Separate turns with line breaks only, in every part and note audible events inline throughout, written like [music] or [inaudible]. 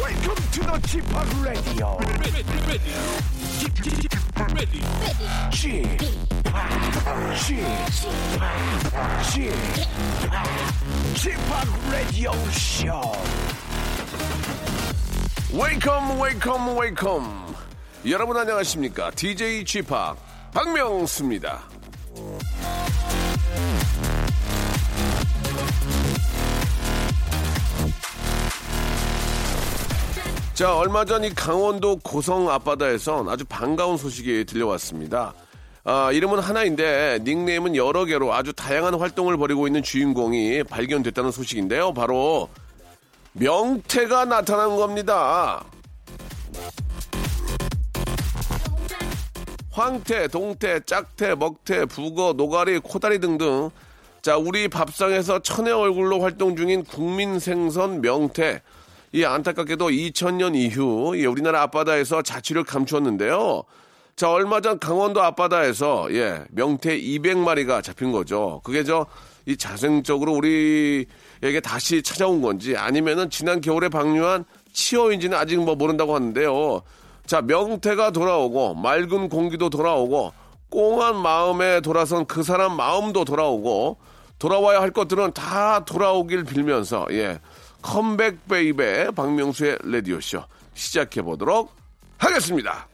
Welcome to the Chip Radio.
ready, ready, ready, ready.
Chip, Chip, Chip, Radio Show.
웨이컴 웨이컴 웨이컴 여러분 안녕하십니까 DJ g 팍 박명수입니다 자 얼마 전 이 강원도 고성 앞바다에선 아주 반가운 소식이 들려왔습니다 아, 이름은 하나인데 닉네임은 여러 개로 아주 다양한 활동을 벌이고 있는 주인공이 발견됐다는 소식인데요 바로 명태가 나타난 겁니다. 황태, 동태, 짝태, 먹태, 북어, 노가리, 코다리 등등. 자, 우리 밥상에서 천의 얼굴로 활동 중인 국민 생선 명태. 이 안타깝게도 2000년 이후 예, 우리나라 앞바다에서 자취를 감추었는데요. 자, 얼마 전 강원도 앞바다에서 예, 명태 200마리가 잡힌 거죠. 그게 저 이 자생적으로 우리에게 다시 찾아온 건지 아니면은 지난 겨울에 방류한 치어인지는 아직 뭐 모른다고 하는데요. 자, 명태가 돌아오고 맑은 공기도 돌아오고 꽁한 마음에 돌아선 그 사람 마음도 돌아오고 돌아와야 할 것들은 다 돌아오길 빌면서 예 컴백 베이베 박명수의 라디오 쇼 시작해 보도록 하겠습니다.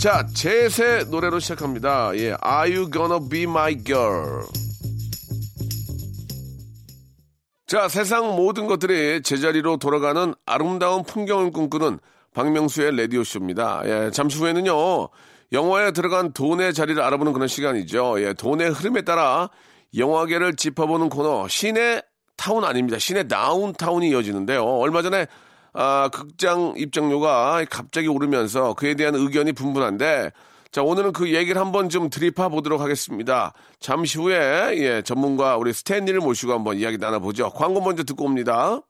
자, 제세 노래로 시작합니다. 예, Are You Gonna Be My Girl? 자, 세상 모든 것들이 제자리로 돌아가는 아름다운 풍경을 꿈꾸는 박명수의 라디오쇼입니다. 예, 잠시 후에는요, 영화에 들어간 돈의 자리를 알아보는 그런 시간이죠. 예, 돈의 흐름에 따라 영화계를 짚어보는 코너, 시내 타운 아닙니다. 시내 다운타운이 이어지는데요. 얼마 전에 아, 극장 입장료가 갑자기 오르면서 그에 대한 의견이 분분한데, 자, 오늘은 그 얘기를 한번 좀 드립해 보도록 하겠습니다. 잠시 후에, 예, 전문가 우리 스탠리를 모시고 한번 이야기 나눠보죠. 광고 먼저 듣고 옵니다.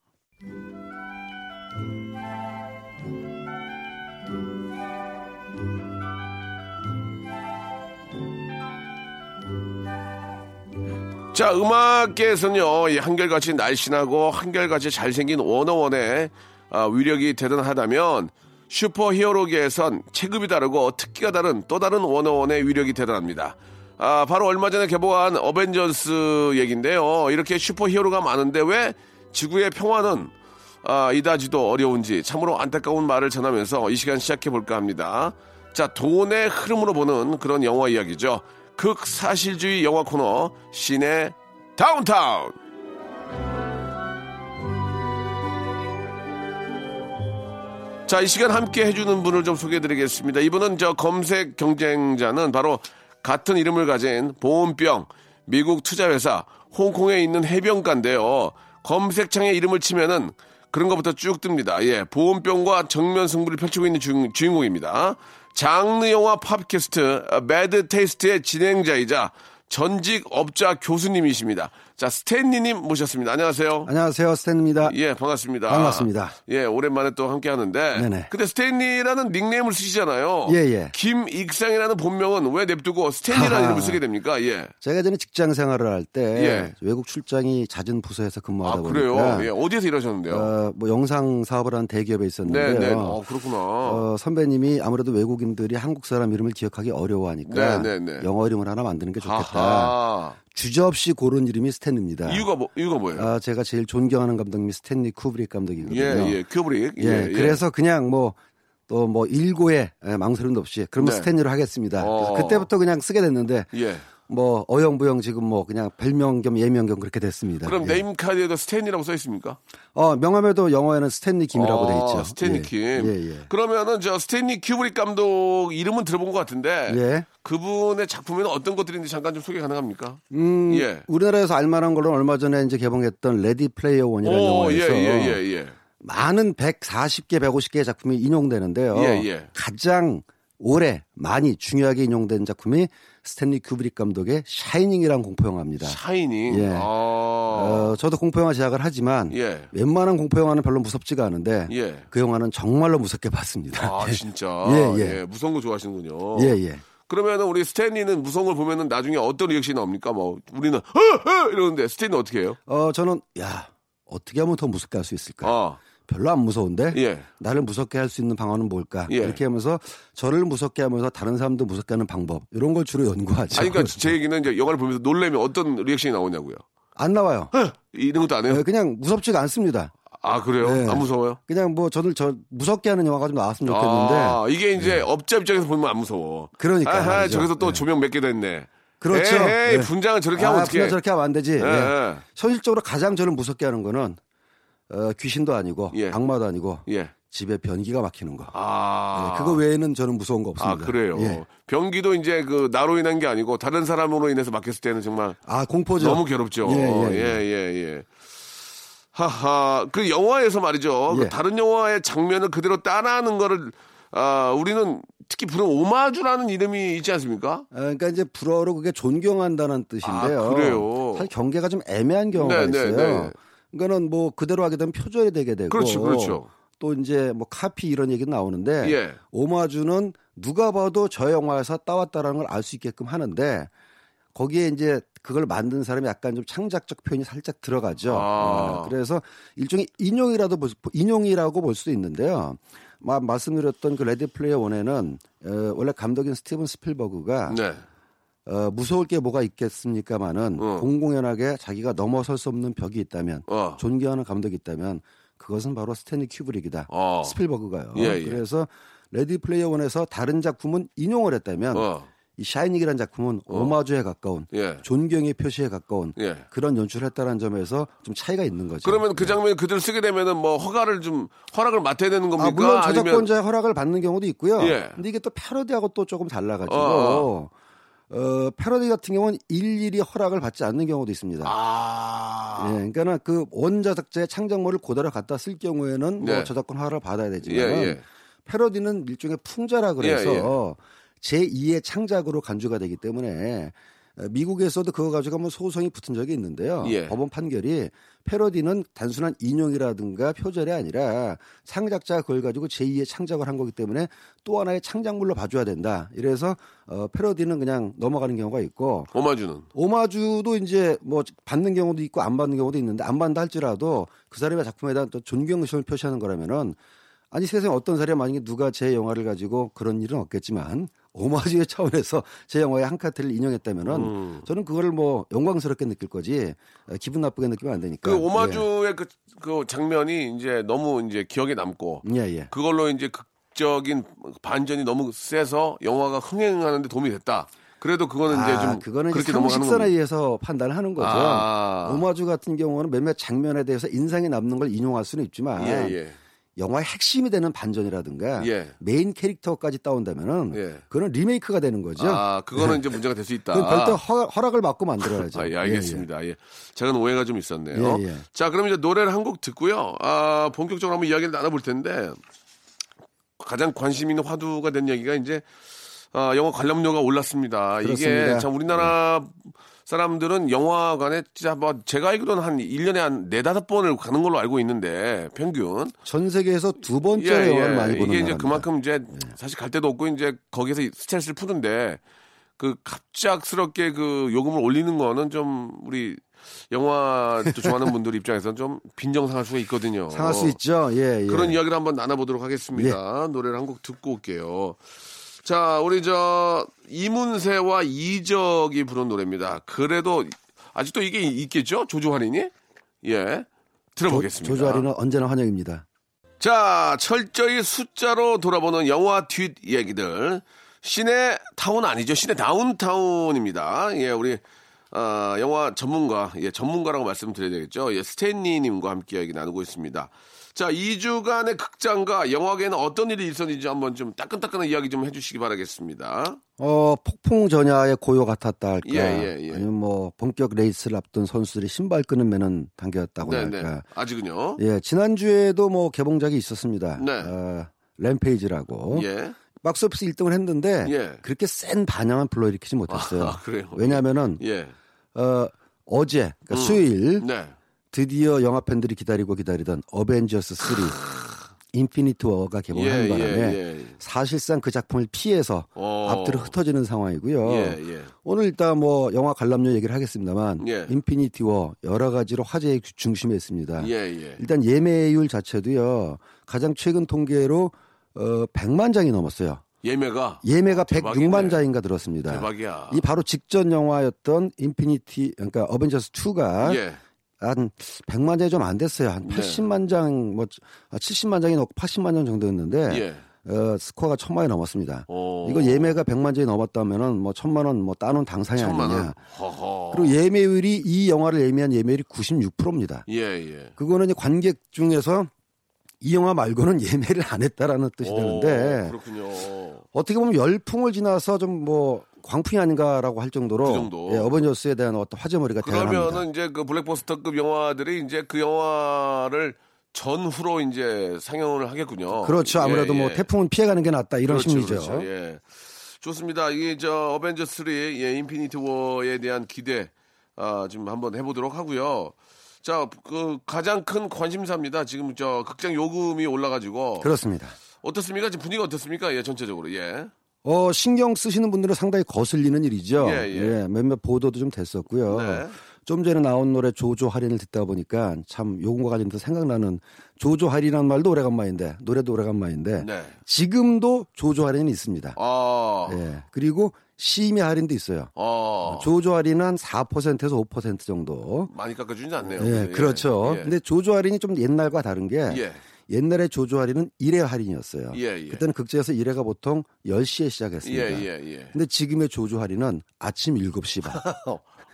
자, 음악계에서는요, 이 한결같이 날씬하고 한결같이 잘생긴 워너원의 아, 위력이 대단하다면 슈퍼 히어로계에선 체급이 다르고 특기가 다른 또 다른 워너원의 위력이 대단합니다. 아, 바로 얼마 전에 개봉한 어벤져스 얘기인데요. 이렇게 슈퍼 히어로가 많은데 왜 지구의 평화는 아, 이다지도 어려운지 참으로 안타까운 말을 전하면서 이 시간 시작해 볼까 합니다. 자, 돈의 흐름으로 보는 그런 영화 이야기죠. 극사실주의 영화 코너 시내 다운타운. 자, 이 시간 함께 해주는 분을 좀 소개해드리겠습니다. 이분은 저 검색 경쟁자는 바로 같은 이름을 가진 보온병 미국 투자회사 홍콩에 있는 해변가인데요. 검색창에 이름을 치면은 그런 것부터 쭉 뜹니다. 예, 보온병과 정면 승부를 펼치고 있는 주인, 공입니다 장르 영화 팝캐스트 아, 매드 테이스트의 진행자이자 전직 업자 교수님이십니다. 자, 스탠리님 모셨습니다. 안녕하세요.
안녕하세요, 스탠입니다.
예, 반갑습니다.
반갑습니다.
예, 오랜만에 또 함께 하는데.
네네.
근데 스탠리라는 닉네임을 쓰시잖아요.
예, 예.
김익상이라는 본명은 왜 냅두고 스탠리라는
하하.
이름을 쓰게 됩니까? 예.
제가 전에 직장 생활을 할 때
예.
외국 출장이 잦은 부서에서 근무하다
아, 그래요?
보니까
예, 어디에서 일하셨는데요?
어, 뭐 영상 사업을 하는 대기업에
네,
있었는데요.
네. 어, 그렇구나.
어, 선배님이 아무래도 외국인들이 한국 사람 이름을 기억하기 어려워하니까
네, 네, 네.
영어 이름을 하나 만드는 게 좋겠다.
아하.
주저없이 고른 이름이 스탠입니다.
이유가 뭐, 이유가 뭐예요?
아, 제가 제일 존경하는 감독님이 스탠리 쿠브릭 감독이거든요.
예, 예. 큐브릭.
예, 그래서 그냥 뭐 또 뭐 일고에 예, 망설임도 없이 그러면
네.
스탠리로 하겠습니다. 그래서
어.
그때부터 그냥 쓰게 됐는데
예.
뭐 어영부영 지금 뭐 그냥 별명 겸 예명 겸 그렇게 됐습니다.
그럼
예.
네임 카드에도 스탠이라고 써 있습니까? 아,
어 명함에도 영어에는 스탠리 김이라고 돼 있죠.
스탠리
예.
킴.
예, 예.
그러면은 저 스탠리 큐브릭 감독 이름은 들어본 것 같은데
예.
그분의 작품에는 어떤 것들인지 잠깐 좀 소개 가능합니까?
음,
예.
우리나라에서 알만한 걸로 얼마 전에 이제 개봉했던 레디 플레이어 원이라는
오, 예,
영화에서
예, 예, 예.
많은 140개, 150개의 작품이 인용되는데요.
예, 예.
가장 오래 많이 중요하게 인용된 작품이 스탠리 큐브릭 감독의 샤이닝이라는 공포 영화입니다.
샤이닝.
예.
아.
어, 저도 공포 영화 제작을 하지만
예.
웬만한 공포 영화는 별로 무섭지가 않은데
예.
그 영화는 정말로 무섭게 봤습니다. [laughs]
아, 진짜.
예, 예.
무서운 거 좋아하시는군요.
예, 예.
그러면은 우리 스탠리는 무서운 걸 보면은 나중에 어떤 리액션이 나옵니까? 뭐 우리는 어, 어! 이러는데 스탠리는 어떻게 해요?
어, 저는 야 어떻게 하면 더 무섭게 할 수 있을까?
어.
별로 안 무서운데
예.
나를 무섭게 할 수 있는 방안은 뭘까?
예.
이렇게 하면서 저를 무섭게 하면서 다른 사람도 무섭게 하는 방법 이런 걸 주로 연구하죠.
아니, 그러니까 제 얘기는 이제 영화를 보면서 놀래면 어떤 리액션이 나오냐고요.
[laughs]
어!
안 나와요.
이런 것도 안 해요?
네, 그냥 무섭지가 않습니다.
아, 그래요?
네.
안 무서워요?
그냥 뭐 저를 저 무섭게 하는 영화가 좀 나왔으면 좋겠는데 예.
아, 이게 이제 업자 입장에서 보면 안 무서워.
그러니까요,
아하,
말이죠.
저기서 또
네.
조명 몇 개 됐네.
그렇죠.
에이,
네.
분장을 저렇게
아,
하면 어떻게
그냥 저렇게 하면 안 되지.
예,
예.
예.
현실적으로 가장 저를 무섭게 하는 거는 어, 귀신도 아니고
예.
악마도 아니고
예.
집에 변기가 막히는 거.
아.
예, 그거 외에는 저는 무서운 거
아,
없습니다.
그래요.
예.
변기도 이제 그 나로 인한 게 아니고 다른 사람으로 인해서 막혔을 때는 정말
아 공포죠.
너무 괴롭죠.
예,
예,
예,
예,
예.
예. 하하. 그 영화에서 말이죠. 그
예.
다른 영화의 장면을 그대로 따라하는 거를 아, 우리는 특히 부른 오마주라는 이름이 있지 않습니까?
아, 그러니까 이제 불어로 그게 존경한다는 뜻인데요.
아, 그래요?
사실 경계가 좀 애매한 경우가
네, 네,
있어요.
네.
그러니까는 뭐 그대로 하게 되면 표절이 되게 되고.
그렇죠, 그렇죠.
또 이제 뭐 카피 이런 얘기 나오는데
예.
오마주는 누가 봐도 저 영화에서 따왔다라는 걸 알 수 있게끔 하는데 거기에 이제 그걸 만든 사람이 약간 좀 창작적 표현이 살짝 들어가죠.
아.
어, 그래서 일종의 인용이라도 볼 수- 인용이라고 볼 수도 있는데요. 마, 말씀드렸던 그 레디 플레이어 원에는 어, 원래 감독인 스티븐 스필버그가
네.
어, 무서울 게 뭐가 있겠습니까마는
어.
공공연하게 자기가 넘어설 수 없는 벽이 있다면
어.
존경하는 감독이 있다면 그것은 바로 스탠리 큐브릭이다.
어.
스필버그가요.
예, 예.
그래서 레디 플레이어 원에서 다른 작품은 인용을 했다면
어.
이 샤이닝이라는 작품은 오마주에 가까운
예.
존경의 표시에 가까운
예.
그런 연출을 했다는 점에서 좀 차이가 있는 거죠.
그러면 그 장면 그대로 쓰게 되면은 뭐 허가를 좀 허락을 맡아야 되는 겁니까?
아, 물론
아니면-
저작권자의 허락을 받는 경우도 있고요.
예.
근데 이게 또 패러디하고 또 조금 달라가지고
어,
어, 패러디 같은 경우는 일일이 허락을 받지 않는 경우도 있습니다.
아.
예, 그러니까는 그 원저작자의 창작물을 그대로 갖다 쓸 경우에는 뭐
네.
저작권 허락을 받아야 되지만
예, 예.
패러디는 일종의 풍자라 그래서
예, 예.
제2의 창작으로 간주가 되기 때문에 어, 미국에서도 그거 가지고 한번 소송이 붙은 적이 있는데요.
예.
법원 판결이 패러디는 단순한 인용이라든가 표절이 아니라 창작자가 그걸 가지고 제2의 창작을 한 거기 때문에 또 하나의 창작물로 봐줘야 된다. 이래서 어, 패러디는 그냥 넘어가는 경우가 있고
오마주는
오마주도 이제 뭐 받는 경우도 있고 안 받는 경우도 있는데 안 받는다 할지라도 그 사람의 작품에 대한 또 존경심을 표시하는 거라면은 아니 세상에 어떤 사람이 만약에 누가 제 영화를 가지고 그런 일은 없겠지만 오마주의 [laughs] 차원에서 제 영화의 한 카트를 인용했다면은
음.
저는 그거를 뭐 영광스럽게 느낄 거지 어, 기분 나쁘게 느끼면 안 되니까.
그 오마주의 그, 그 장면이 이제 너무 이제 기억에 남고
예, 예. 예.
그걸로 이제 극적인 반전이 너무 세서 영화가 흥행하는데 도움이 됐다. 그래도 그거는 이제
아,
좀
그거는 이제
그렇게 넘어가는
상식선에
겁니다.
의해서 판단을 하는 거죠.
아.
오마주 같은 경우는 몇몇 장면에 대해서 인상이 남는 걸 인용할 수는 있지만
예, 예.
영화의 핵심이 되는 반전이라든가
예.
메인 캐릭터까지 따온다면은
예.
그거는 리메이크가 되는 거죠.
아, 그거는 이제 문제가 될 수 있다.
그건 별도 허, 허락을 받고 만들어야죠.
[laughs] 아, 예,
예, 예.
알겠습니다. 예, 작은 오해가 좀 있었네요.
예, 예.
자, 그럼 이제 노래를 한 곡 듣고요. 아, 본격적으로 한번 이야기를 나눠볼 텐데 가장 관심 있는 화두가 된 얘기가 이제 아, 영화 관람료가 올랐습니다. 이게
그렇습니다.
참 우리나라 사람들은 영화관에 진짜 뭐 제가 알기로는 한 1년에 한 네다섯 번을 가는 걸로 알고 있는데 평균
예. 전 세계에서 두 번째 영화를 많이 보는
예, 이게 이제
나라입니다. 예.
그만큼 이제 사실 갈 데도 없고 이제 거기서 스트레스를 푸는데 그 갑작스럽게 그 요금을 올리는 거는 좀 우리 영화 또
[laughs]
좋아하는 분들 입장에서는 좀 빈정상할 수가 있거든요.
상할 수 있죠. 예, 예.
어, 그런 이야기를 한번 나눠보도록 하겠습니다. 노래를 한 곡 듣고 올게요. 자, 우리 저 이문세와 이적이 부른 노래입니다. 그래도 아직도 이게 있겠죠? 조조할인이? 예. 들어보겠습니다.
조조아리는 언제나 환영입니다.
자, 철저히 숫자로 돌아보는 영화 뒷 얘기들. 시내 타운 아니죠. 시내 다운타운입니다. 예, 우리, 아, 영화 전문가, 예, 전문가라고 말씀드려야 되겠죠. 예, 스탠리 님과 함께 이야기 나누고 있습니다. 자, 2주간의 극장과 영화계는 어떤 일이 있었는지 한번 좀 따끈따끈한 이야기 좀 해주시기 바라겠습니다.
어, 폭풍 전야의 고요 같았다 할까?
예, 예, 예.
아니면 뭐 본격 레이스를 앞둔 선수들이 신발 끄는 매는 당겨졌다고
네,
할까?
네. 아직은요.
예, 지난주에도 뭐 개봉작이 있었습니다.
네.
어, 램페이지라고.
예.
박스오피스 1등을 했는데
예.
그렇게 센 반향은 불러일으키지 못했어요.
아, 그래요?
왜냐하면은
예.
어, 어제 그러니까 수요일
네.
드디어 영화 팬들이 기다리고 기다리던 어벤져스 3 인피니트 워가 뭐 개봉한
아. 예,
바람에
예, 예.
사실상 그 작품을 피해서
어.
앞뒤로 흩어지는 상황이고요.
예, 예.
오늘 일단 뭐 영화 관람료 얘기를 하겠습니다만
예.
인피니티 워 여러 가지로 화제의 주- 중심에 있습니다.
예, 예.
일단 예매율 자체도요. 가장 최근 통계로 어 100만 장이 넘었어요.
예매가
예매가
아, 대박이네.
106만 장인가 들었습니다.
대박이야.
이 바로 직전 영화였던 인피니티 그러니까 어벤져스 2가
예.
한 100만 장이 좀 안 됐어요. 한
네.
80만 장, 뭐 아, 70만 장이 넘고 80만 장 정도였는데
예.
어, 스코어가 천만이 넘었습니다.
어.
이거 예매가 100만 장이 넘었다면은 뭐 천만 원 뭐 따놓은 당상이
천만 원.
아니냐.
허허.
그리고 예매율이 이 영화를 예매한 예매율이 96%입니다.
예, 예.
그거는 이제 관객 중에서 이 영화 말고는 [laughs] 예매를 안 했다라는 뜻이
오,
되는데
그렇군요.
어떻게 보면 열풍을 지나서 좀 뭐 광풍이 아닌가라고 할 정도로
그 정도.
예, 어벤져스에 대한 어떤 화제머리가 대단합니다.
그러면은 이제 그 블랙버스터급 영화들이 이제 그 영화를 전후로 이제 상영을 하겠군요.
그렇죠. 아무래도
예,
뭐
예.
태풍은 피해가는 게 낫다 이런
그렇죠,
심리죠.
그렇죠. 예. 좋습니다. 이게 저 어벤져스 3 예, 인피니티 워에 대한 기대 아, 지금 한번 해보도록 하고요. 자, 그 가장 큰 관심사입니다. 지금 저 극장 요금이 올라가지고
그렇습니다.
어떻습니까? 지금 분위기가 어떻습니까? 예, 전체적으로 예.
어, 신경 쓰시는 분들은 상당히 거슬리는 일이죠.
예, 예.
몇몇 보도도 좀 됐었고요.
네.
좀 전에 나온 노래 조조 할인을 듣다 보니까 참 요금과 관련해서 생각나는 조조 할인이라는 말도 오래간만인데 노래도 오래간만인데
네.
지금도 조조 할인이 있습니다.
아,
예. 그리고 심야 할인도 있어요.
아,
조조 할인은 한 4%에서 5% 정도.
많이 깎아주진 않네요.
예, 그렇죠.
예.
근데 조조 할인이 좀 옛날과 다른 게
예.
옛날에 조조 할인은 일회 할인이었어요.
예, 예.
그때는 극장에서 일회가 보통 10시에
예,
시작했습니다.
예, 예.
근데 지금의 조조 할인은 아침 7시 반,
[laughs]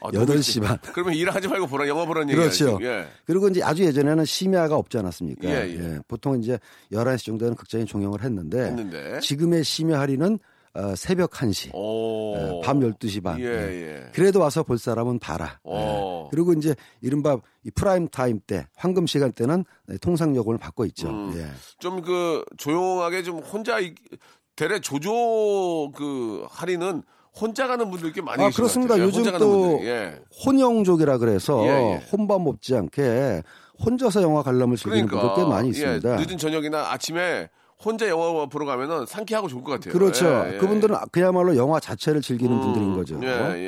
아,
8시 반.
그러면 일하지 말고 보라 영화 보라는 얘기야.
그렇죠.
지금. 예.
그리고 이제 아주 예전에는 심야가 없지 않았습니까?
예, 예.
보통 이제 11시 정도는 극장이 종영을 했는데,
했는데.
지금의 심야 할인은 어, 새벽 1시,
오.
예, 밤 12시 반.
예,
예.
예.
그래도 와서 볼 사람은 봐라. 예.
어.
그리고 이제 이른바 이 프라임 타임 때, 황금 시간 때는 네, 통상 요금을 받고 있죠.
음.
예.
좀 그 조용하게 좀 혼자 있- 대래 조조 그 할인은 혼자 가는 분들께 많이
아,
계신 것
그렇습니다.
같아요. 예,
요즘
혼자 가는
또
분들. 예.
혼영족이라 그래서
예, 예.
혼밥 먹지 않게 혼자서 영화 관람을 즐기는
그러니까
분들 꽤 많이
예,
있습니다.
늦은 저녁이나 아침에 혼자 영화 보러 가면은 상쾌하고 좋을 것 같아요.
그렇죠.
예, 예.
그분들은 그야말로 영화 자체를 즐기는 분들인 거죠.
예, 예,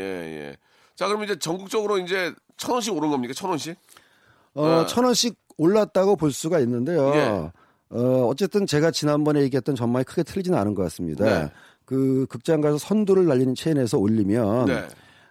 예. 자, 그럼 이제 전국적으로 이제 천 원씩 오른 겁니까? 천 원씩?
어, 천 원씩 올랐다고 볼 수가 있는데요.
네. 예.
어, 어쨌든 제가 지난번에 얘기했던 전망이 크게 틀리지는 않은 것 같습니다.
네.
그 극장 가서 선두를 날리는 체인에서 올리면
네.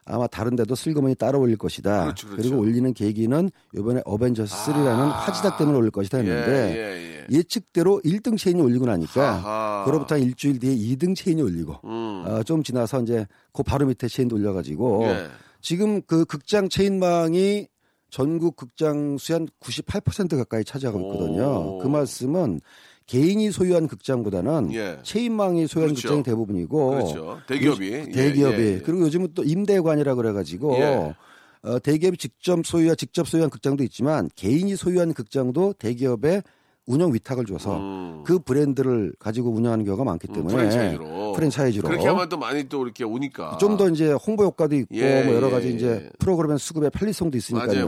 아마 다른 데도 슬그머니 따라 올릴 것이다.
그렇죠, 그렇죠. 아.
리고 올리는 계기는 이번에 어벤져스 3라는 화지작 때문에 올릴 것이다 했는데
예, 예, 예.
예측대로 1등 체인이 올리고 나니까
아하.
그로부터 한 일주일 뒤에 2등 체인이 올리고
음.
어, 좀 지나서 이제 그 바로 밑에 체인도 올려가지고
예.
지금 그 극장 체인망이 전국 극장 수의 한98% 가까이 차지하고 있거든요.
오.
그 말씀은 개인이 소유한 극장보다는
예.
체인망이 소유한
그렇죠.
극장이 대부분이고
그렇죠. 대기업이.
요-
예,
대기업이
예, 예.
그리고 요즘은 또 임대관이라 그래가지고
예.
어, 대기업이 직접 소유와 직접 소유한 극장도 있지만 개인이 소유한 극장도 대기업에 운영 위탁을 줘서
음.
그 브랜드를 가지고 운영하는 경우가 많기
음,
때문에
프랜차이즈로.
프랜차이즈로.
그렇게 하면 또 많이 또 이렇게 오니까.
좀 더 이제 홍보 효과도 있고
예,
뭐 여러
예,
가지
예.
이제 프로그램 수급의 편리성도 있으니까요.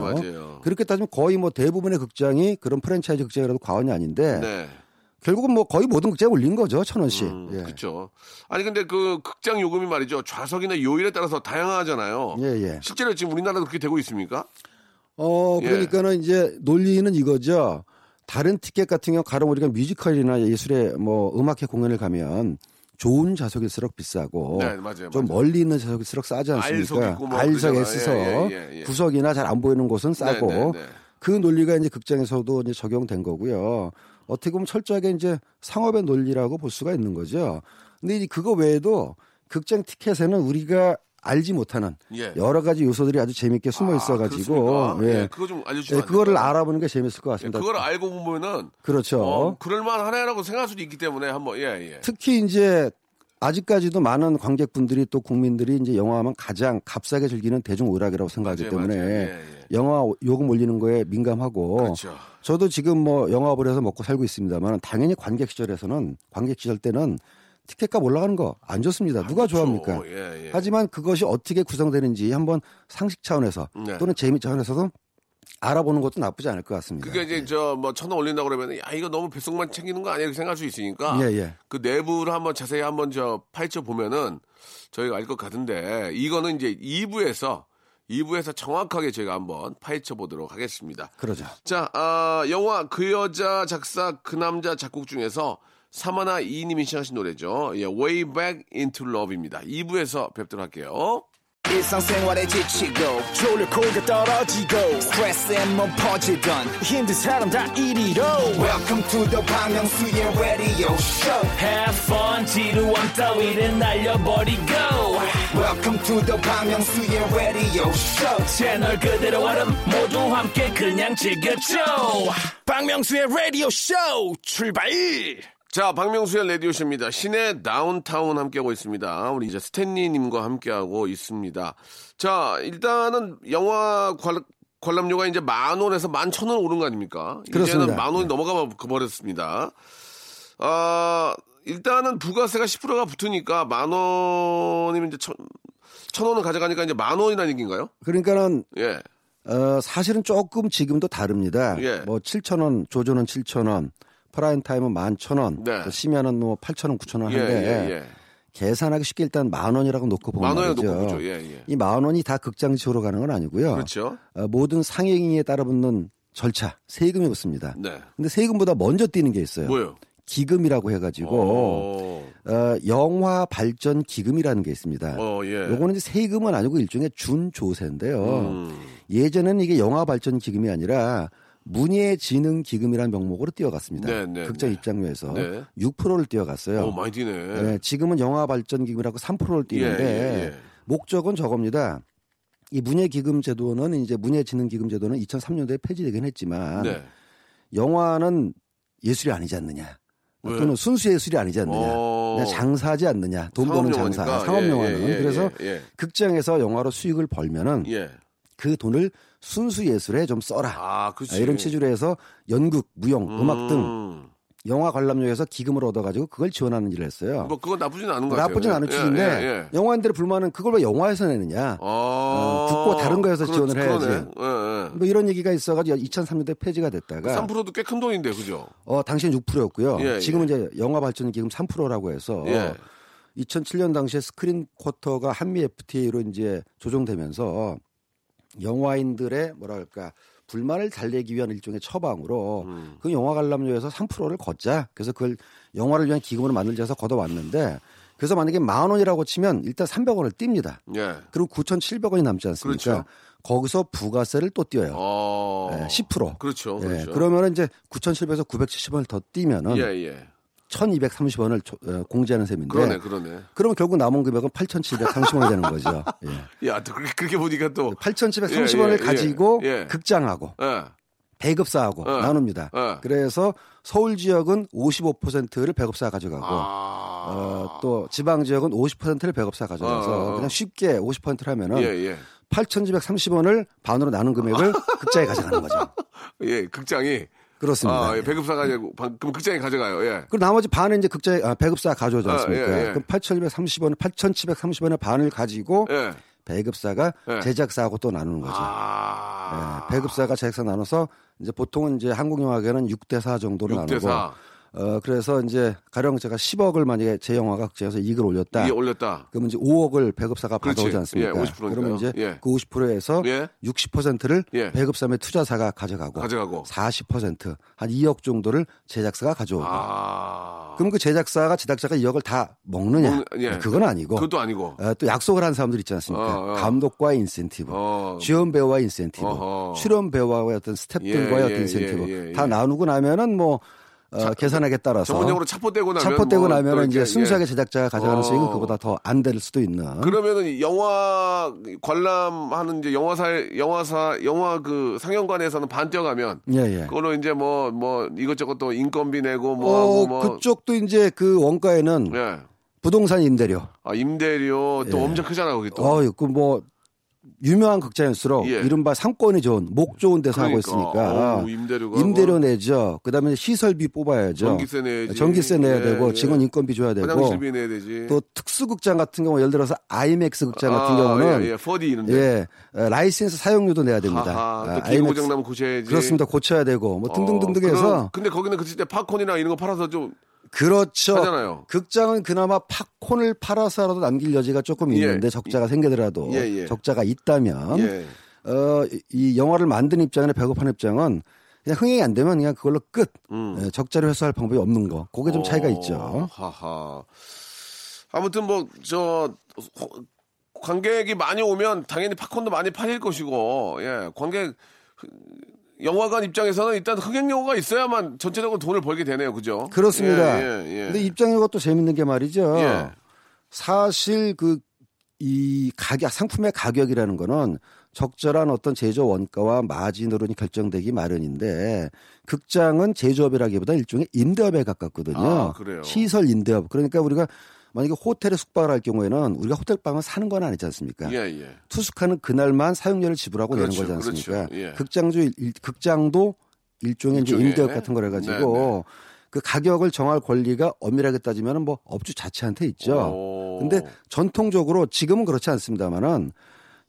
맞아요, 맞아요.
그렇게 따지면 거의 뭐 대부분의 극장이 그런 프랜차이즈 극장이라도 과언이 아닌데
네.
결국은 뭐 거의 모든 극장에 올린 거죠 천 원씩. 예.
그렇죠. 아니 근데 그 극장 요금이 말이죠. 좌석이나 요일에 따라서 다양하잖아요.
예, 예.
실제로 지금 우리나라도 그렇게 되고 있습니까?
어
예.
그러니까는 이제 논리는 이거죠. 다른 티켓 같은 경우 가령 우리가 뮤지컬이나 예술의 뭐 음악회 공연을 가면 좋은 좌석일수록 비싸고
네, 맞아요,
좀
맞아요.
멀리 있는 좌석일수석 싸지 않습니까?
알석 있고 뭐
알석
그러잖아요.
S석
예, 예, 예, 예.
구석이나 잘 안 보이는 곳은 싸고
네, 네, 네.
그 논리가 이제 극장에서도 이제 적용된 거고요. 어떻게 보면 철저하게 이제 상업의 논리라고 볼 수가 있는 거죠. 근데 이제 그거 외에도 극장 티켓에는 우리가 알지 못하는
예.
여러 가지 요소들이 아주 재밌게 숨어 있어
아,
가지고
그렇습니까? 예. 그거 좀 알려주시면 안
그거를
될까요?
알아보는 게 재밌을 것
예,
같습니다.
그걸 알고 보면은
그렇죠.
어, 그럴만하네라고 생각할 수도 있기 때문에 한번 예 예.
특히 이제 아직까지도 많은 관객분들이 또 국민들이 이제 영화하면 가장 값싸게 즐기는 대중 오락이라고 생각하기
맞아요,
때문에
맞아요. 예, 예.
영화 요금 올리는 거에 민감하고
그렇죠.
저도 지금 뭐 영화업을 해서 먹고 살고 있습니다만 당연히 관객 시절에서는 관객 시절 때는 티켓값 올라가는 거 안 좋습니다. 누가
좋죠.
좋아합니까?
예, 예.
하지만 그것이 어떻게 구성되는지 한번 상식 차원에서
네.
또는 재미 차원에서도 알아보는 것도 나쁘지 않을 것 같습니다.
그게 이제 저 뭐 천 원 올린다고 그러면 야 이거 너무 뱃속만 챙기는 거 아니야 이렇게 생각할 수 있으니까
예, 예.
그 내부를 한번 자세히 한번 저 파헤쳐 보면은 저희가 알 것 같은데 이거는 이제 2부에서 2부에서 정확하게 저희가 한번 파헤쳐 보도록 하겠습니다.
그러죠.
자, 아, 영화 그 여자 작사 그 남자 작곡 중에서 사마나 이님이 신청하신 노래죠. 예, Way Back Into Love입니다. 2부에서 뵙도록 할게요.
일상생활에 지치고, 졸려 코가 떨어지고, 스트레스에 몸 퍼지던, 힘든 사람 다 이리로. welcome to the Bang Myung-soo's radio show
Have fun 지루한 따위를 날려버리고
welcome to the Bang Myung-soo's radio show
채널 그대로 얼음 모두 함께 그냥 즐겨줘
박명수의 라디오 쇼 출발!
자, 박명수의 라디오쇼입니다. 시내 다운타운 함께하고 있습니다. 우리 이제 스탠리님과 함께하고 있습니다. 자, 일단은 영화 관, 관람료가 이제 만 원에서 만 천 원 오른 거 아닙니까? 이제는
그렇습니다. 네.
만 원이 넘어가 버렸습니다. 아, 일단은 부가세가 10%가 붙으니까 만 원이면 이제 천, 천 원을 가져가니까 이제 만 원이라는 얘기인가요?
그러니까는
예.
어, 사실은 조금 지금도 다릅니다.
예.
뭐 7천 원, 조조는 7천 원, 프라임 타임은 11,000원,
네.
심야는 뭐 8,000원, 9,000원
예,
한데
예, 예.
계산하기 쉽게 일단 만 원이라고 놓고 보면
만 원에
되죠.
놓고 보죠. 예, 예.
이 만 원이 다 극장 지호로 가는 건 아니고요.
그렇죠.
어, 모든 상행위에 따라 붙는 절차, 세금이 붙습니다.
네.
근데 세금보다 먼저 뛰는 게 있어요.
뭐예요?
네. 기금이라고 해가지고
오.
어, 영화 발전 기금이라는 게 있습니다.
어, 예.
요거는 이제 세금은 아니고 일종의 준조세인데요.
음.
예전에는 이게 영화 발전 기금이 아니라 문예지능 기금이라는 명목으로 뛰어갔습니다.
네, 네,
극장
네.
입장료에서
네.
6%를 뛰어갔어요.
어, 많이 뛰네.
네, 지금은 영화 발전 기금이라고 3%를 뛰는데
예, 예, 예.
목적은 저겁니다. 이 문예기금 제도는 이제 문예지능기금 제도는 2003년도에 폐지되긴 했지만
네.
영화는 예술이 아니지 않느냐.
왜?
또는 순수 예술이 아니지 않느냐.
어.
그냥 네, 장사하지 않느냐. 돈 버는 장사.
상업영화니까.
상업영화는.
예, 예, 예,
그래서
예,
극장에서 영화로 수익을 벌면은
예. 예.
그 돈을 순수 예술에 좀 써라.
아, 그렇지.
이런 취지로 해서 연극, 무용, 음. 악등
음.
영화 관람료에서 기금을 얻어가지고 그걸 지원하는 일을 했어요.
뭐 그건 나쁘진 않은 것 같아요.
나쁘진 않은
예,
취지인데
예, 예.
영화인들의 불만은 그걸 왜 영화에서 내느냐.
아.
어, 듣고 다른 거에서
그렇-
지원을 해야지.
그러네. 예, 예.
뭐 이런 얘기가 있어가지고 2003년도에 폐지가 됐다가
3%도 꽤 큰 돈인데 그죠?
어, 당시엔 6%였고요.
예,
지금은
예.
이제 영화 발전 기금 3%라고 해서
예.
2007년 당시에 스크린 쿼터가 한미 FTA로 이제 조정되면서 영화인들의 뭐랄까 불만을 달래기 위한 일종의 처방으로
음.
그 영화 관람료에서 3%를 걷자. 그래서 그걸 영화를 위한 기금으로 만들자 해서 걷어왔는데 그래서 만약에 만 원이라고 치면 일단 300원을 띱니다.
예.
그리고 9,700원이 남지 않습니까?
그렇죠.
거기서 부가세를 또 띄어요.
어.
예, 10%.
그렇죠.
예,
그렇죠.
그러면 이제 9,700에서 970원을 더 띄면은 네.
예, 예.
1,230원을 어, 공제하는 셈인데.
그러네, 그러네.
그러면 결국 남은 금액은 8,730원이 되는 거죠.
[laughs]
예.
야, 또 그렇게, 그렇게 보니까 또.
8,730원을
어. 예, 예,
가지고
예.
극장하고
예.
배급사하고
예.
나눕니다.
예.
그래서 서울 지역은 55%를 배급사가 가져가고
아.
어, 또 지방 지역은 50%를 배급사 가져가서
어, 어.
그냥 쉽게 50%를 하면은
예, 예.
8,730원을 반으로 나눈 금액을
[laughs]
극장에 가져가는 거죠.
예, 극장이.
그렇습니다.
아, 예,
예.
배급사가 아니고, 방- 그럼 극장에 가져가요. 예.
그리고 나머지 반은 이제 극장에 아, 배급사가 가져오지
아,
않습니까?
예, 예.
그럼 8,730원, 8,730원의 반을 가지고
예.
배급사가
예.
제작사하고 또 나누는 거죠.
아.
예, 배급사가 제작사 나눠서 이제 보통은 이제 한국 영화계는 6대 4 정도로
육 대
나누고
사.
어 그래서 이제 가령 제가 10억을 만약에 제 영화가 극장에서 이익을 올렸다.
이게 올렸다.
그러면 이제 5억을 배급사가
그렇지.
받아오지 않습니까?
예, 50% 니까요.
그러면 이제
예.
그 50%에서
예.
60%를
예.
배급사의 투자사가 가져가고,
가져가고.
40%한 2억 정도를 제작사가 가져오고.
아.
그럼 그 제작사가 제작자가 2억을 다 먹느냐?
먹는- 예.
그건 아니고.
그것도 아니고.
어, 또 약속을 한 사람들 있지 않습니까?
어, 어.
감독과의 인센티브,
어.
주연 배우와의 인센티브,
어허.
출연 배우와의 어떤 스태프들과의
예,
어떤
예,
인센티브
예, 예,
다
예.
나누고 나면은 뭐 어, 계산하게 따라서
전문용어로 차포떼고 나면
떼고
뭐
나면은
또 이렇게,
이제 순수하게
예.
제작자가 가져가는
어.
수익은 그보다 더 안 될 수도 있는.
그러면은 이 영화 관람하는 이제 영화사 영화사 영화 그 상영관에서는 반 뛰어가면
예, 예.
그걸로 이제 뭐 뭐 이것저것 또 인건비 내고 뭐
어,
하고 뭐
그쪽도 이제 그 원가에는
예. 어.
부동산 임대료. 예.
아 임대료 또 엄청 크잖아 거기 또.
어, 그뭐 유명한 극장일수록
예.
이른바 상권이 좋은 목 좋은 데서 하고
그러니까.
있으니까
어우, 임대료가 뭐.
내죠. 그다음에 시설비 뽑아야죠.
전기세 내야지.
전기세 내야
예,
되고
예.
직원 인건비 줘야 되고
화장실비 내야 되지.
네, 뭐. 또 특수극장 같은 경우 예를 들어서 아이맥스 극장 같은
예. 아,
경우는
예, 예. 4D 이런 데.
예, 어, 라이센스 사용료도 내야 됩니다.
하하,
아,
또 기구
IMAX.
고장 나면 고쳐야지.
그렇습니다. 고쳐야 되고 뭐
어,
등등등등해서
그런- 근데 거기는 그 진짜 팝콘이나 이런 거 팔아서 좀
그렇죠.
하잖아요.
극장은 그나마 팝콘을 팔아서라도 남길 여지가 조금
예.
있는데 적자가 생기더라도
예, 예.
적자가 있다면
예.
어, 이- 이 영화를 만든 입장이나 배급한 입장은 그냥 흥행이 안 되면 그냥 그걸로 끝. 예, 적자를 회수할 방법이 없는 거. 그게 좀 차이가
음. 어,
있죠.
하하. 아무튼 뭐 저 관객이 많이 오면 당연히 팝콘도 많이 팔릴 것이고 예 관객 영화관 입장에서는 일단 흥행 영화가 있어야만 전체적으로 돈을 벌게 되네요, 그죠?
그렇습니다.
예, 예, 예.
근데 입장료가 또 재밌는 게 말이죠.
예.
사실 그 이 가격 상품의 가격이라는 거는 적절한 어떤 제조 원가와 마진으로 결정되기 마련인데 극장은 제조업이라기보다 일종의 임대업에 가깝거든요.
아, 그래요?
시설 임대업. 그러니까 우리가 만약에 호텔에 숙박을 할 경우에는 우리가 호텔 방은 사는 건 아니지 않습니까?
예, 예.
투숙하는 그날만 사용료를 지불하고
그렇죠,
내는 거지 않습니까?
그렇죠. 예.
극장주 일- 극장도 일종의, 이제
일종의,
임대업 같은 걸 해가지고
네, 네.
그 가격을 정할 권리가 엄밀하게 따지면 뭐 업주 자체한테 있죠.
오.
근데 전통적으로 지금은 그렇지 않습니다만은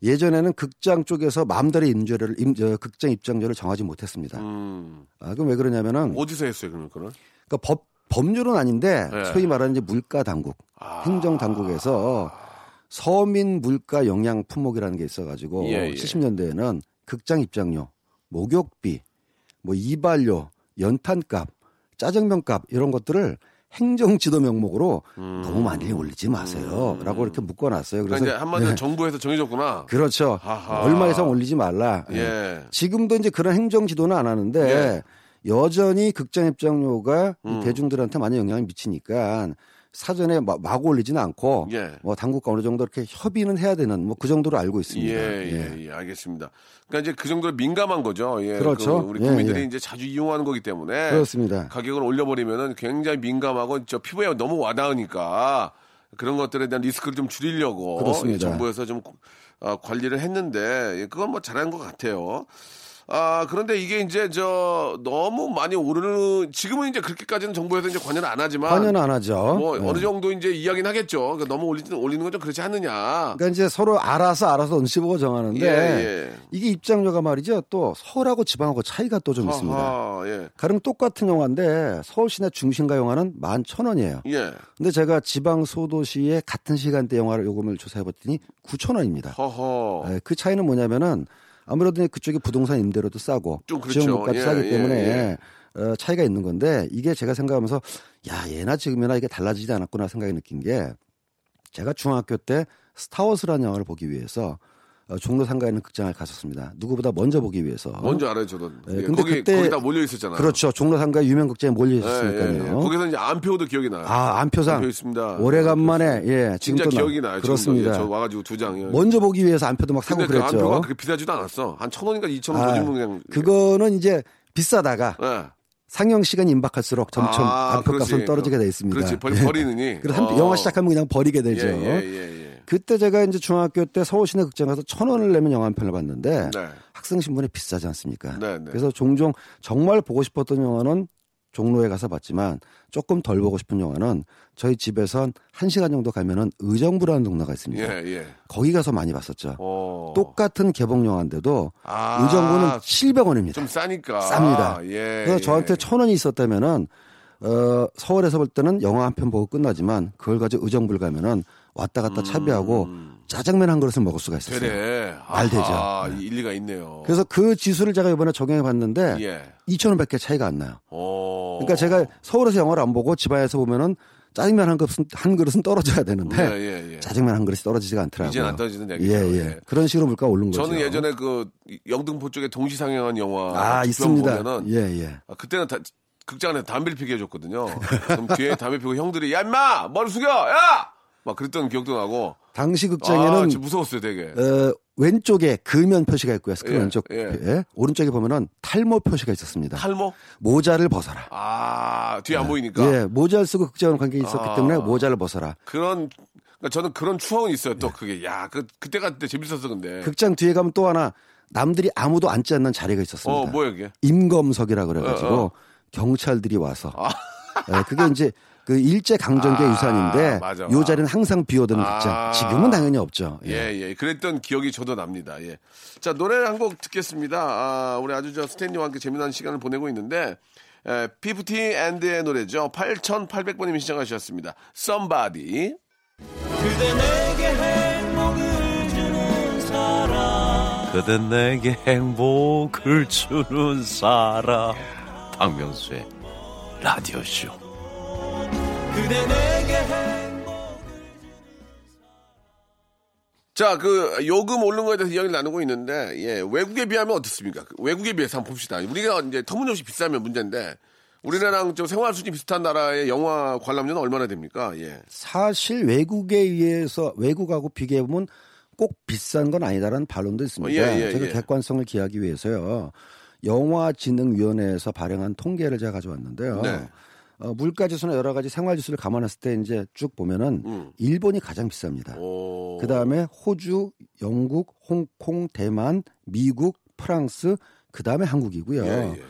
예전에는 극장 쪽에서 마음대로 임조료를 임, 저, 극장 입장료를 정하지 못했습니다.
음,
아, 그럼 왜 그러냐면은
어디서 했어요, 그러면 그걸?
그러니까 법 법률은 아닌데
예.
소위 말하는 이제 물가 당국,
아.
행정 당국에서 서민 물가 영향 품목이라는 게 있어가지고
예, 예.
70년대에는 극장 입장료, 목욕비, 뭐 이발료, 연탄값, 짜장면값 이런 것들을 행정 지도 명목으로 너무 많이 올리지 마세요라고 이렇게 묶어놨어요.
음. 그러니까
그래서
이제 한마디로
네,
정부에서 정해줬구나.
그렇죠. 네.
하하.
얼마 이상 올리지 말라.
예.
지금도 이제 그런 행정 지도는 안 하는데
예. 음.
여전히 극장 입장료가 이 대중들한테 많이 영향을 미치니까 사전에 마, 구 올리지는 않고
예.
뭐 당국과 어느 정도 이렇게 협의는 해야 되는 뭐 그 정도로 알고 있습니다.
예, 예, 예, 알겠습니다. 그러니까 이제 그 정도로 민감한 거죠. 예,
그렇죠.
그 우리
예,
국민들이
예.
이제 자주 이용하는 거기 때문에
그렇습니다.
가격을 올려버리면은 굉장히 민감하고 저 피부에 너무 와닿으니까 그런 것들에 대한 리스크를 좀 줄이려고
그렇습니다.
이 정부에서 좀 아, 관리를 했는데 예, 그건 뭐 잘한 것 같아요. 아 그런데 이게 이제 저 너무 많이 오르는 지금은 이제 그렇게까지는 정부에서 이제 관여를 안 하지만
관여는 안 하죠.
뭐
예.
어느 정도 이제 이야기는 하겠죠. 그러니까 너무 올리는 올리는 건 좀 그렇지 않느냐.
그러니까 이제 서로 알아서 알아서 눈치 보고 정하는데
예, 예.
이게 입장료가 말이죠. 또 서울하고 지방하고 차이가 또 좀 있습니다.
아하, 예.
가령 똑같은 영화인데 서울 시내 중심가 영화는 11,000원이에요.
예.
근데 제가 지방 소도시의 같은 시간대 영화를 요금을 조사해 봤더니 9,000원입니다.
허허.
예, 그 차이는 뭐냐면은 아무래도 그쪽이 부동산 임대료도 싸고
좀 그렇죠.
지역 물가도
예,
싸기
예,
때문에
예.
어, 차이가 있는 건데 이게 제가 생각하면서 야 예나 지금이나 이게 달라지지 않았구나 생각이 느낀 게 제가 중학교 때 스타워즈라는 영화를 보기 위해서 어, 종로 상가에 있는 극장을 갔었습니다. 누구보다 먼저 보기 위해서.
뭔지 알아요, 저는.
예,
예,
근데
거기,
그때-
거기 다 몰려 있었잖아요. 예,
그렇죠. 종로 상가 유명 극장에 몰려 있었으니까요.
거기서 이제 안표도 기억이 나요.
아 안표상
안표 있습니다.
오래간만에 예 지금
진짜
또
기억이 나요.
그렇습니다.
지금도. 예, 저 와가지고 두 장. 예.
먼저 보기 위해서 안표도 막 사고
근데 그
그랬죠.
안표가 그렇게 비싸지도 않았어. 한 천 원인가 이천 원
아,
더주면 그냥.
그거는 이제 비싸다가
예.
상영 시간이 임박할수록 점점
아,
안표값은
그렇지.
떨어지게 돼 있습니다.
그렇지. 버리,
예.
버리느니.
[laughs] 그래서 한-
어.
영화 시작하면 그냥 버리게
예,
되죠.
예, 예, 예.
그때 제가 이제 중학교 때 서울시내 극장 가서 천 원을 내면 영화 한 편을 봤는데
네.
학생 신분이 비싸지 않습니까?
네, 네.
그래서 종종 정말 보고 싶었던 영화는 종로에 가서 봤지만 조금 덜 보고 싶은 영화는 저희 집에서 한 시간 정도 가면은 의정부라는 동네가 있습니다.
예, 예.
거기 가서 많이 봤었죠.
어.
똑같은 개봉 영화인데도
아,
의정부는 700원입니다.
좀 싸니까.
쌉니다.
예.
그래서
예.
저한테 천 원이 있었다면은 어, 서울에서 볼 때는 영화 한 편 보고 끝나지만 그걸 가지고 의정부를 가면은 왔다 갔다 차비하고 짜장면 한 그릇을 먹을 수가 있었어요.
음. 되네.
말 되죠.
아, 일리가 있네요.
그래서 그 지수를 제가 이번에 적용해 봤는데
예.
2,500개 차이가 안 나요.
어.
그러니까 제가 서울에서 영화를 안 보고 지방에서 보면은 짜장면 한 그릇은, 한 그릇은 떨어져야 되는데
예, 예, 예.
짜장면 한 그릇이 떨어지지가 않더라고요.
이제는 안 떨어지는
예,
얘기죠.
예.
예.
그런 식으로 물가 오른 거죠.
저는 예전에 그 영등포 쪽에 동시 상영한 영화
아,
그
있습니다.
보면은
예, 예.
아, 그때는 다- 극장 안에 담배를 피게 해줬거든요. 그럼 뒤에 담배 피고 형들이 야 임마 머리 숙여 야 막 그랬던 기억도 나고
당시
아
극장에는
진짜 무서웠어요 되게.
어, 왼쪽에 금연 표시가 있고요. 스크린
예,
왼쪽.
예.
에 오른쪽에 보면은 탈모 표시가 있었습니다.
탈모?
모자를 벗어라.
아 뒤에 안 보이니까
예, 모자를 쓰고 극장으로 관객이 있었기
아.
때문에 모자를 벗어라.
그런 그러니까 저는 그런 추억은 있어요. 또 그게 야, 그 그때가 그때 재밌었어 근데.
극장 뒤에 가면 또 하나 남들이 아무도 앉지 않는 자리가 있었습니다.
어, 뭐야 이게?
임검석이라 그래가지고
어, 어.
경찰들이 와서 예, 그게 이제 그 일제 강점기 의
아,
유산인데
맞아.
요 자리는 항상 비워드는 극장.
아.
지금은 당연히 없죠. 예.
예, 예. 그랬던 기억이 저도 납니다. 예. 자, 노래 를 한 곡 듣겠습니다. 아, 우리 아주 저 스탠리와 함께 재미난 시간을 보내고 있는데, 에, 피프티 앤드의 노래죠. 8,800번님이 시청하셨습니다. Somebody.
그대 내게 행복을 주는 사람 박명수의 라디오쇼
자, 그 요금 오른 거에 대해서 이야기를 나누고 있는데, 예, 외국에 비하면 어떻습니까? 그 외국에 비해서 한번 봅시다. 우리가 이제 터무니없이 비싸면 문제인데, 우리나라랑 좀 생활 수준 이 비슷한 나라의 영화 관람료는 얼마나 됩니까? 예.
사실 외국에 의해서 외국하고 비교해 보면 꼭 비싼 건 아니다라는 반론도 있습니다.
예, 예,
제가
예.
객관성을 기하기 위해서요. 영화진흥위원회에서 발행한 통계를 제가 가져왔는데요.
네.
어, 물가지수나 여러 가지 생활지수를 감안했을 때 이제 쭉 보면은
음.
일본이 가장 비쌉니다.
오.
그 다음에 호주, 영국, 홍콩, 대만, 미국, 프랑스, 그 다음에 한국이고요.
예, 예.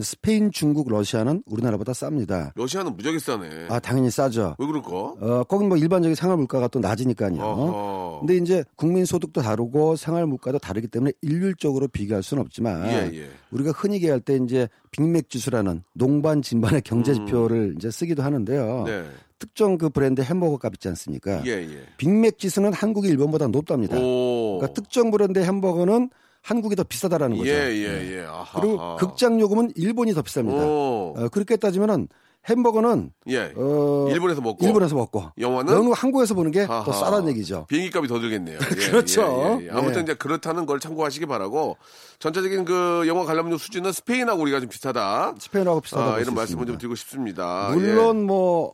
스페인, 중국, 러시아는 우리나라보다 쌉니다.
러시아는 무지하게 싸네.
아, 당연히 싸죠.
왜 그럴까?
어, 거긴 뭐 일반적인 생활 물가가 또 낮으니까요.
어허.
근데 이제 국민 소득도 다르고 생활 물가도 다르기 때문에 일률적으로 비교할 수는 없지만
예, 예.
우리가 흔히 얘기할 때 이제 빅맥 지수라는 농반 진반의 경제 지표를 이제 쓰기도 하는데요.
음.
아,
네.
특정 그 브랜드 햄버거 값 있지 않습니까?
예, 예.
빅맥 지수는 한국이 일본보다 높답니다.
오.
그러니까 특정 브랜드 햄버거는 한국이 더 비싸다라는 거죠. 네.
예, 예, 예. 아하.
그리고 극장 요금은 일본이 더 비쌉니다.
오.
어, 그렇게 따지면은 햄버거는
예.
어,
일본에서 먹고.
일본에서 먹고
영화는?
영화 한국에서 보는 게 더
아하.
싸다는 얘기죠.
비행기 값이 더
[laughs]
들겠네요. 예,
그렇죠.
예, 예, 예. 아무튼
예.
이제 그렇다는 걸 참고하시기 바라고 전체적인 그 영화 관람료 수준은 스페인하고 우리가 좀 비슷하다.
스페인하고 비슷하다
아, 이런 말씀을 좀 드리고 싶습니다. 예.
물론 뭐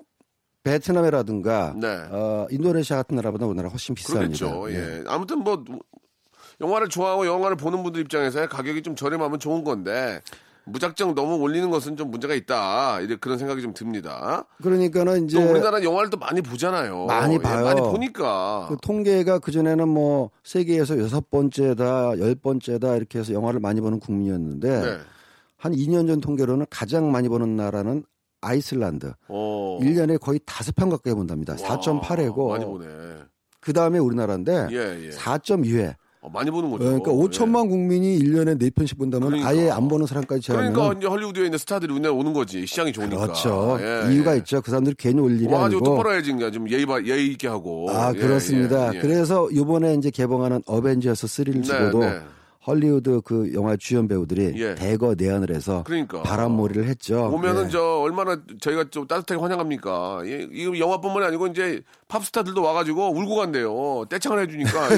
베트남이라든가
네.
어, 인도네시아 같은 나라보다 우리나라 훨씬
예.
비쌉니다.
그렇겠죠.
예.
예. 아무튼 뭐 영화를 좋아하고 영화를 보는 분들 입장에서 가격이 좀 저렴하면 좋은 건데 무작정 너무 올리는 것은 좀 문제가 있다. 이제 그런 생각이 좀 듭니다.
그러니까는 이제
또 우리나라 영화를 또 많이 보잖아요. 예,
많이 봐요.
많이 보니까.
그 통계가 그 전에는 뭐 세계에서 여섯 번째다, 열 번째다 이렇게 해서 영화를 많이 보는 국민이었는데
네.
한 2년 전 통계로는 가장 많이 보는 나라는 아이슬란드.
어.
일년에 거의 다섯 편 가까이 본답니다.
와,
4.8회고
많이 보네.
그 다음에 우리나라인데
예, 예.
4.2회.
어, 많이 보는 거죠.
그러니까 5천만 국민이 일년에네편씩 본다면
그러니까.
아예 안 보는 사람까지
예.
제하면
그러니까 이제 헐리우드에 있는 스타들이 우리나라 오는 거지. 시장이 좋으니까.
그렇죠.
예,
이유가
예.
있죠. 그 사람들이 괜히 올 일이
와가지고
아니고.
똑바로 해야지. 그냥 좀 예의, 바- 예의 있게 하고.
아
예,
그렇습니다.
예, 예.
그래서 이번에 이제 개봉하는 어벤져스 3를 두고도
네.
헐리우드 그 영화 주연 배우들이
예.
대거 내한을 해서
그러니까.
바람몰이를 했죠.
오면은
예.
저 얼마나 저희가 좀 따뜻하게 환영합니까? 예, 이 영화뿐만이 아니고 이제 팝스타들도 와가지고 울고 간대요. 떼창을
[laughs]
해주니까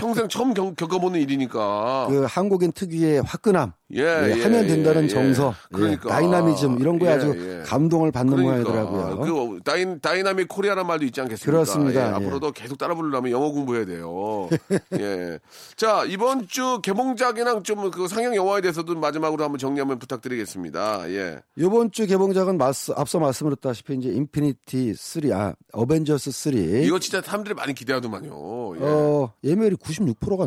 평생 처음 겪- 겪어보는 일이니까.
그 한국인 특유의 화끈함,
예,
예,
예,
하면
예,
된다는
예.
정서, 예,
그러니까.
다이나미즘 이런 거에
예,
아주
예.
감동을 받는 모양이더라고요.
그 다이, 다이나믹 코리아란 말도 있지 않겠습니까?
그렇습니다.
예,
예.
앞으로도 계속 따라 부르려면 영어 공부해야
[laughs]
돼요. 예. 자, 이번 주 개봉작이랑 좀 그 상영 영화에 대해서도 마지막으로 한번 정리 한번 부탁드리겠습니다. 예.
이번 주 개봉작은 마스- 앞서 말씀드렸다시피 이제 인피니티 3, 아 어벤져스 3.
이거 진짜 사람들이 많이 기대하더만요. 예.
예. 어, 예매율이 96%가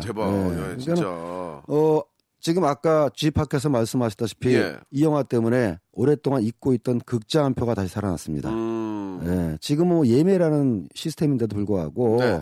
대박이야, 대박.
예,
예,
그러니까는
진짜.
어, 지금 아까 G파크에서 말씀하셨다시피
예.
이 영화 때문에 오랫동안 잊고 있던 극장 한 표가 다시 살아났습니다.
음.
예, 지금은 뭐 예매라는 시스템인데도 불구하고
네.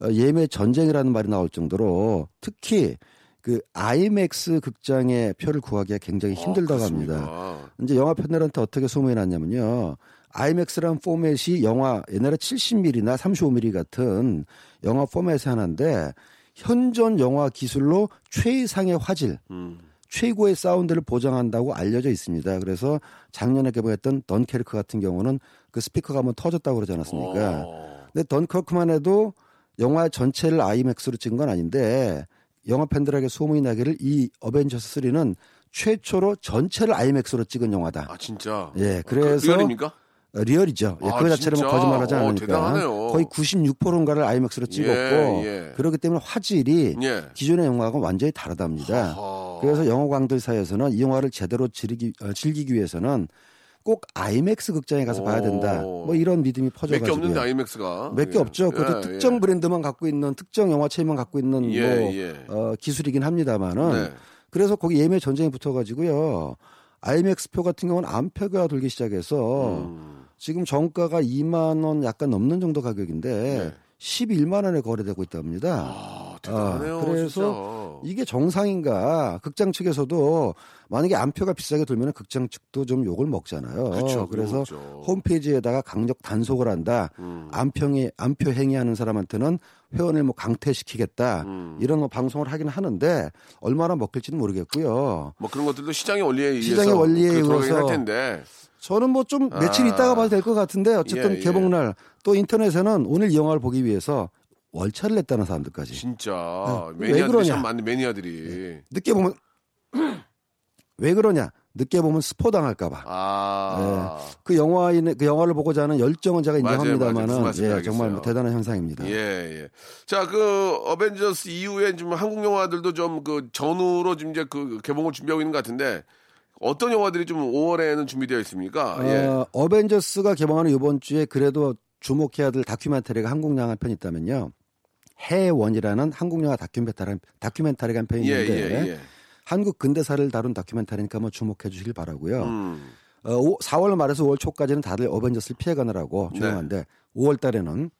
어, 예매 전쟁이라는 말이 나올 정도로 특히 그 IMAX 극장의 표를 구하기가 굉장히 힘들다고
아, 그렇습니까?
합니다. 이제 영화 팬들한테 어떻게 소문이 났냐면요. IMAX라는 포맷이 영화 옛날에 70mm나 35mm 같은 영화 포맷의 하나인데 현존 영화 기술로 최상의 화질,
음.
최고의 사운드를 보장한다고 알려져 있습니다. 그래서 작년에 개봉했던 던케르크 같은 경우는 그 스피커가 한번 터졌다고 그러지 않았습니까?
어.
근데 던커크만 해도 영화 전체를 아이맥스로 찍은 건 아닌데 영화 팬들에게 소문이 나기를 이 어벤져스 3는 최초로 전체를 아이맥스로 찍은 영화다.
아, 진짜.
예, 그래서
그, 입니까
어, 리얼이죠. 예,
아,
그 자체를 뭐
진짜?
거짓말하지
어,
않으니까
대단하네요.
거의 96%인가를 아이맥스로 찍었고
예.
그렇기 때문에 화질이
예.
기존의 영화하고 완전히 다르답니다.
허.
그래서 영화광들 사이에서는 이 영화를 제대로 지르기, 어, 즐기기 위해서는 꼭 아이맥스 극장에 가서 봐야 된다.
오.
뭐 이런 믿음이
몇 개
퍼져가지고
없는데 아이맥스가
몇 개
예.
없죠. 그것도
예,
특정 브랜드만 갖고 있는 특정 영화체만 갖고 있는
예,
뭐
예.
어, 기술이긴 합니다만은
네.
그래서 거기 예매 전쟁이 붙어가지고요. IMAX 표 같은 경우는 암표가 돌기 시작해서
음.
지금 정가가 2만 원 약간 넘는 정도 가격인데 11만 원에 거래되고 있답니다.
네. 아, 대단하네요.
아,
그래서
그래서 이게 정상인가? 극장 측에서도 만약에 안표가 비싸게 돌면 극장 측도 좀 욕을 먹잖아요.
그쵸,
래서
그렇죠.
홈페이지에다가 강력 단속을 한다.
음.
안평이 안표 행위하는 사람한테는 회원을 뭐 강퇴시키겠다.
음.
이런 뭐 방송을 하긴 하는데 얼마나 먹힐지는 모르겠고요.
뭐 그런 것들도 시장의 원리에 의해서 뭐
시장의 원리에
그렇게 돌아가긴
의해서
할 텐데
저는 뭐 좀 며칠
아.
있다가 봐도 될 것 같은데 어쨌든
예, 예.
개봉날 또 인터넷에는 오늘 이 영화를 보기 위해서 월차를 냈다는 사람들까지
진짜
네. 왜
매니아들이
그러냐.
참 많네 매니아들이
늦게 보면 [clears throat] 왜 그러냐? 늦게 보면 스포 당할까봐.
아
그 영화인 그 영화를 보고자 하는 열정은 제가
맞아요, 맞아요. 무슨
인정합니다만은
말씀인지
예, 정말
알겠어요.
대단한 현상입니다.
예, 예. 자, 그 어벤져스 이후에 지금 한국 영화들도 좀 그 전후로 지금 이제 그 개봉을 준비하고 있는 것 같은데 어떤 영화들이 좀 5월에는 준비되어 있습니까? 예.
어, 어벤져스가 개봉하는 이번 주에 그래도 주목해야 될 다큐멘터리가 한국 영화 한 편 있다면요. 해원이라는 한국 영화 다큐멘터리 한- 다큐멘터리가 한 편
예,
있는데
예, 예.
한국 근대사를 다룬 다큐멘터리니까 한번 주목해 주시길 바라고요.
음.
어, 오- 4월 말에서 5월 초까지는 다들 어벤져스를 피해가느라고
네.
조용한데 5월 달에는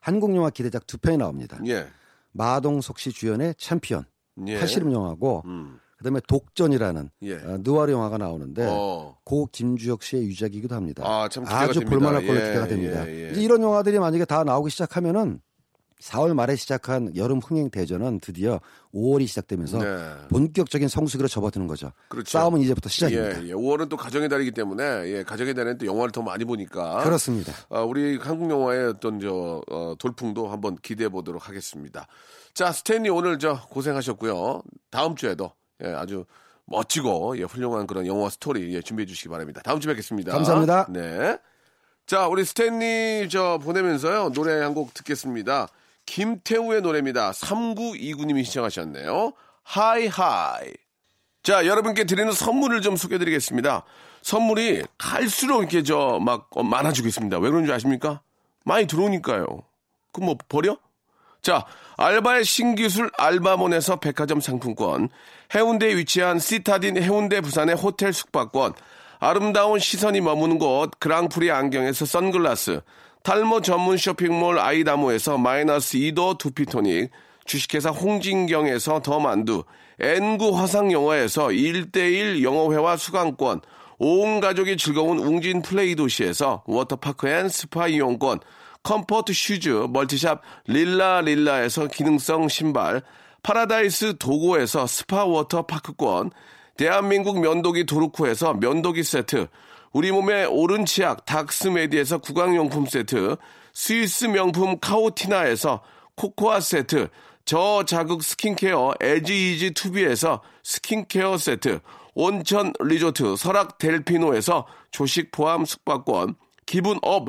한국 영화 기대작 두 편이 나옵니다.
예.
마동석 씨 주연의 챔피언
예.
팔씨름 영화고
음.
그다음에 독전이라는
예.
어, 느와르 영화가 나오는데
어.
고 김주혁 씨의 유작이기도 합니다.
아, 참 기대가
주
됩니다.
볼만할 걸로
예,
기대가 됩니다.
예, 예.
이제 이런 영화들이 만약에 다 나오기 시작하면은 4월 말에 시작한 여름 흥행 대전은 드디어 5월이 시작되면서
네.
본격적인 성수기로 접어드는 거죠.
그렇죠.
싸움은 이제부터 시작입니다.
예, 예. 5월은 또 가정의 달이기 때문에 예, 가정의 달에는 또 영화를 더 많이 보니까
그렇습니다.
아, 우리 한국 영화의 어떤 저 어, 돌풍도 한번 기대해 보도록 하겠습니다. 자, 스탠리 오늘 저 고생하셨고요. 다음 주에도 예, 아주 멋지고 예, 훌륭한 그런 영화 스토리 예, 준비해 주시기 바랍니다. 다음 주에 뵙겠습니다.
감사합니다.
네. 자, 우리 스탠리 저 보내면서요. 노래 한 곡 듣겠습니다. 김태우의 노래입니다. 3929님이 시청하셨네요. 하이 하이. 자, 여러분께 드리는 선물을 좀 소개해 드리겠습니다. 선물이 갈수록 이렇게 저 막 어, 많아지고 있습니다. 왜 그런지 아십니까? 많이 들어오니까요. 그럼 뭐 버려? 자, 알바의 신기술 알바몬에서 백화점 상품권, 해운대에 위치한 시타딘 해운대 부산의 호텔 숙박권, 아름다운 시선이 머무는 곳 그랑프리 안경에서 선글라스, 탈모 전문 쇼핑몰 아이다모에서 마이너스 2도 두피토닉, 주식회사 홍진경에서 더만두, N구 화상영어에서 1대1 영어회화 수강권, 온 가족이 즐거운 웅진 플레이 도시에서 워터파크 앤 스파 이용권, 컴포트 슈즈 멀티샵 릴라 릴라에서 기능성 신발, 파라다이스 도고에서 스파 워터 파크권, 대한민국 면도기 도르코에서 면도기 세트, 우리 몸의 오른 치약 닥스메디에서 구강용품 세트, 스위스 명품 카오티나에서 코코아 세트, 저자극 스킨케어 에지이지 투비에서 스킨케어 세트, 온천 리조트 설악 델피노에서 조식 포함 숙박권, 기분 업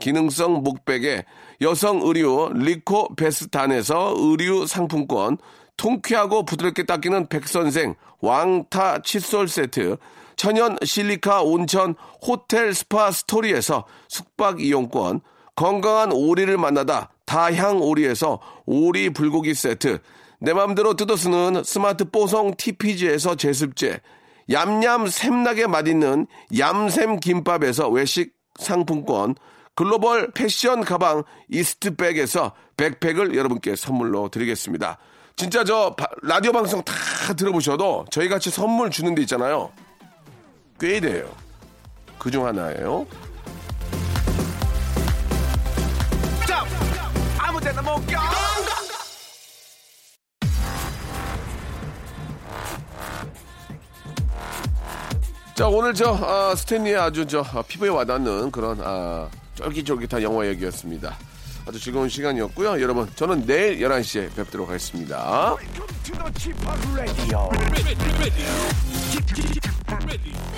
기능성 목베개, 여성 의류 리코 베스탄에서 의류 상품권, 통쾌하고 부드럽게 닦이는 백선생 왕타 칫솔 세트, 천연 실리카 온천 호텔 스파 스토리에서 숙박 이용권, 건강한 오리를 만나다 다향 오리에서 오리 불고기 세트 내 맘대로 뜯어 쓰는 스마트 뽀송 TPG에서 제습제 얌얌 샘나게 맛있는 얌샘 김밥에서 외식 상품권 글로벌 패션 가방 이스트백에서 백팩을 여러분께 선물로 드리겠습니다. 진짜 저 바- 라디오 방송 다 들어보셔도 저희 같이 선물 주는 데 있잖아요. 꽤 돼요. 그 중 하나예요. 자 오늘 저 아, 스탠리의 아주 저 아, 피부에 와닿는 그런 아, 쫄깃쫄깃한 영화 얘기였습니다. 아주 즐거운 시간이었고요. 여러분 저는 내일 11시에 뵙도록 하겠습니다.
Welcome to the Chipak Radio.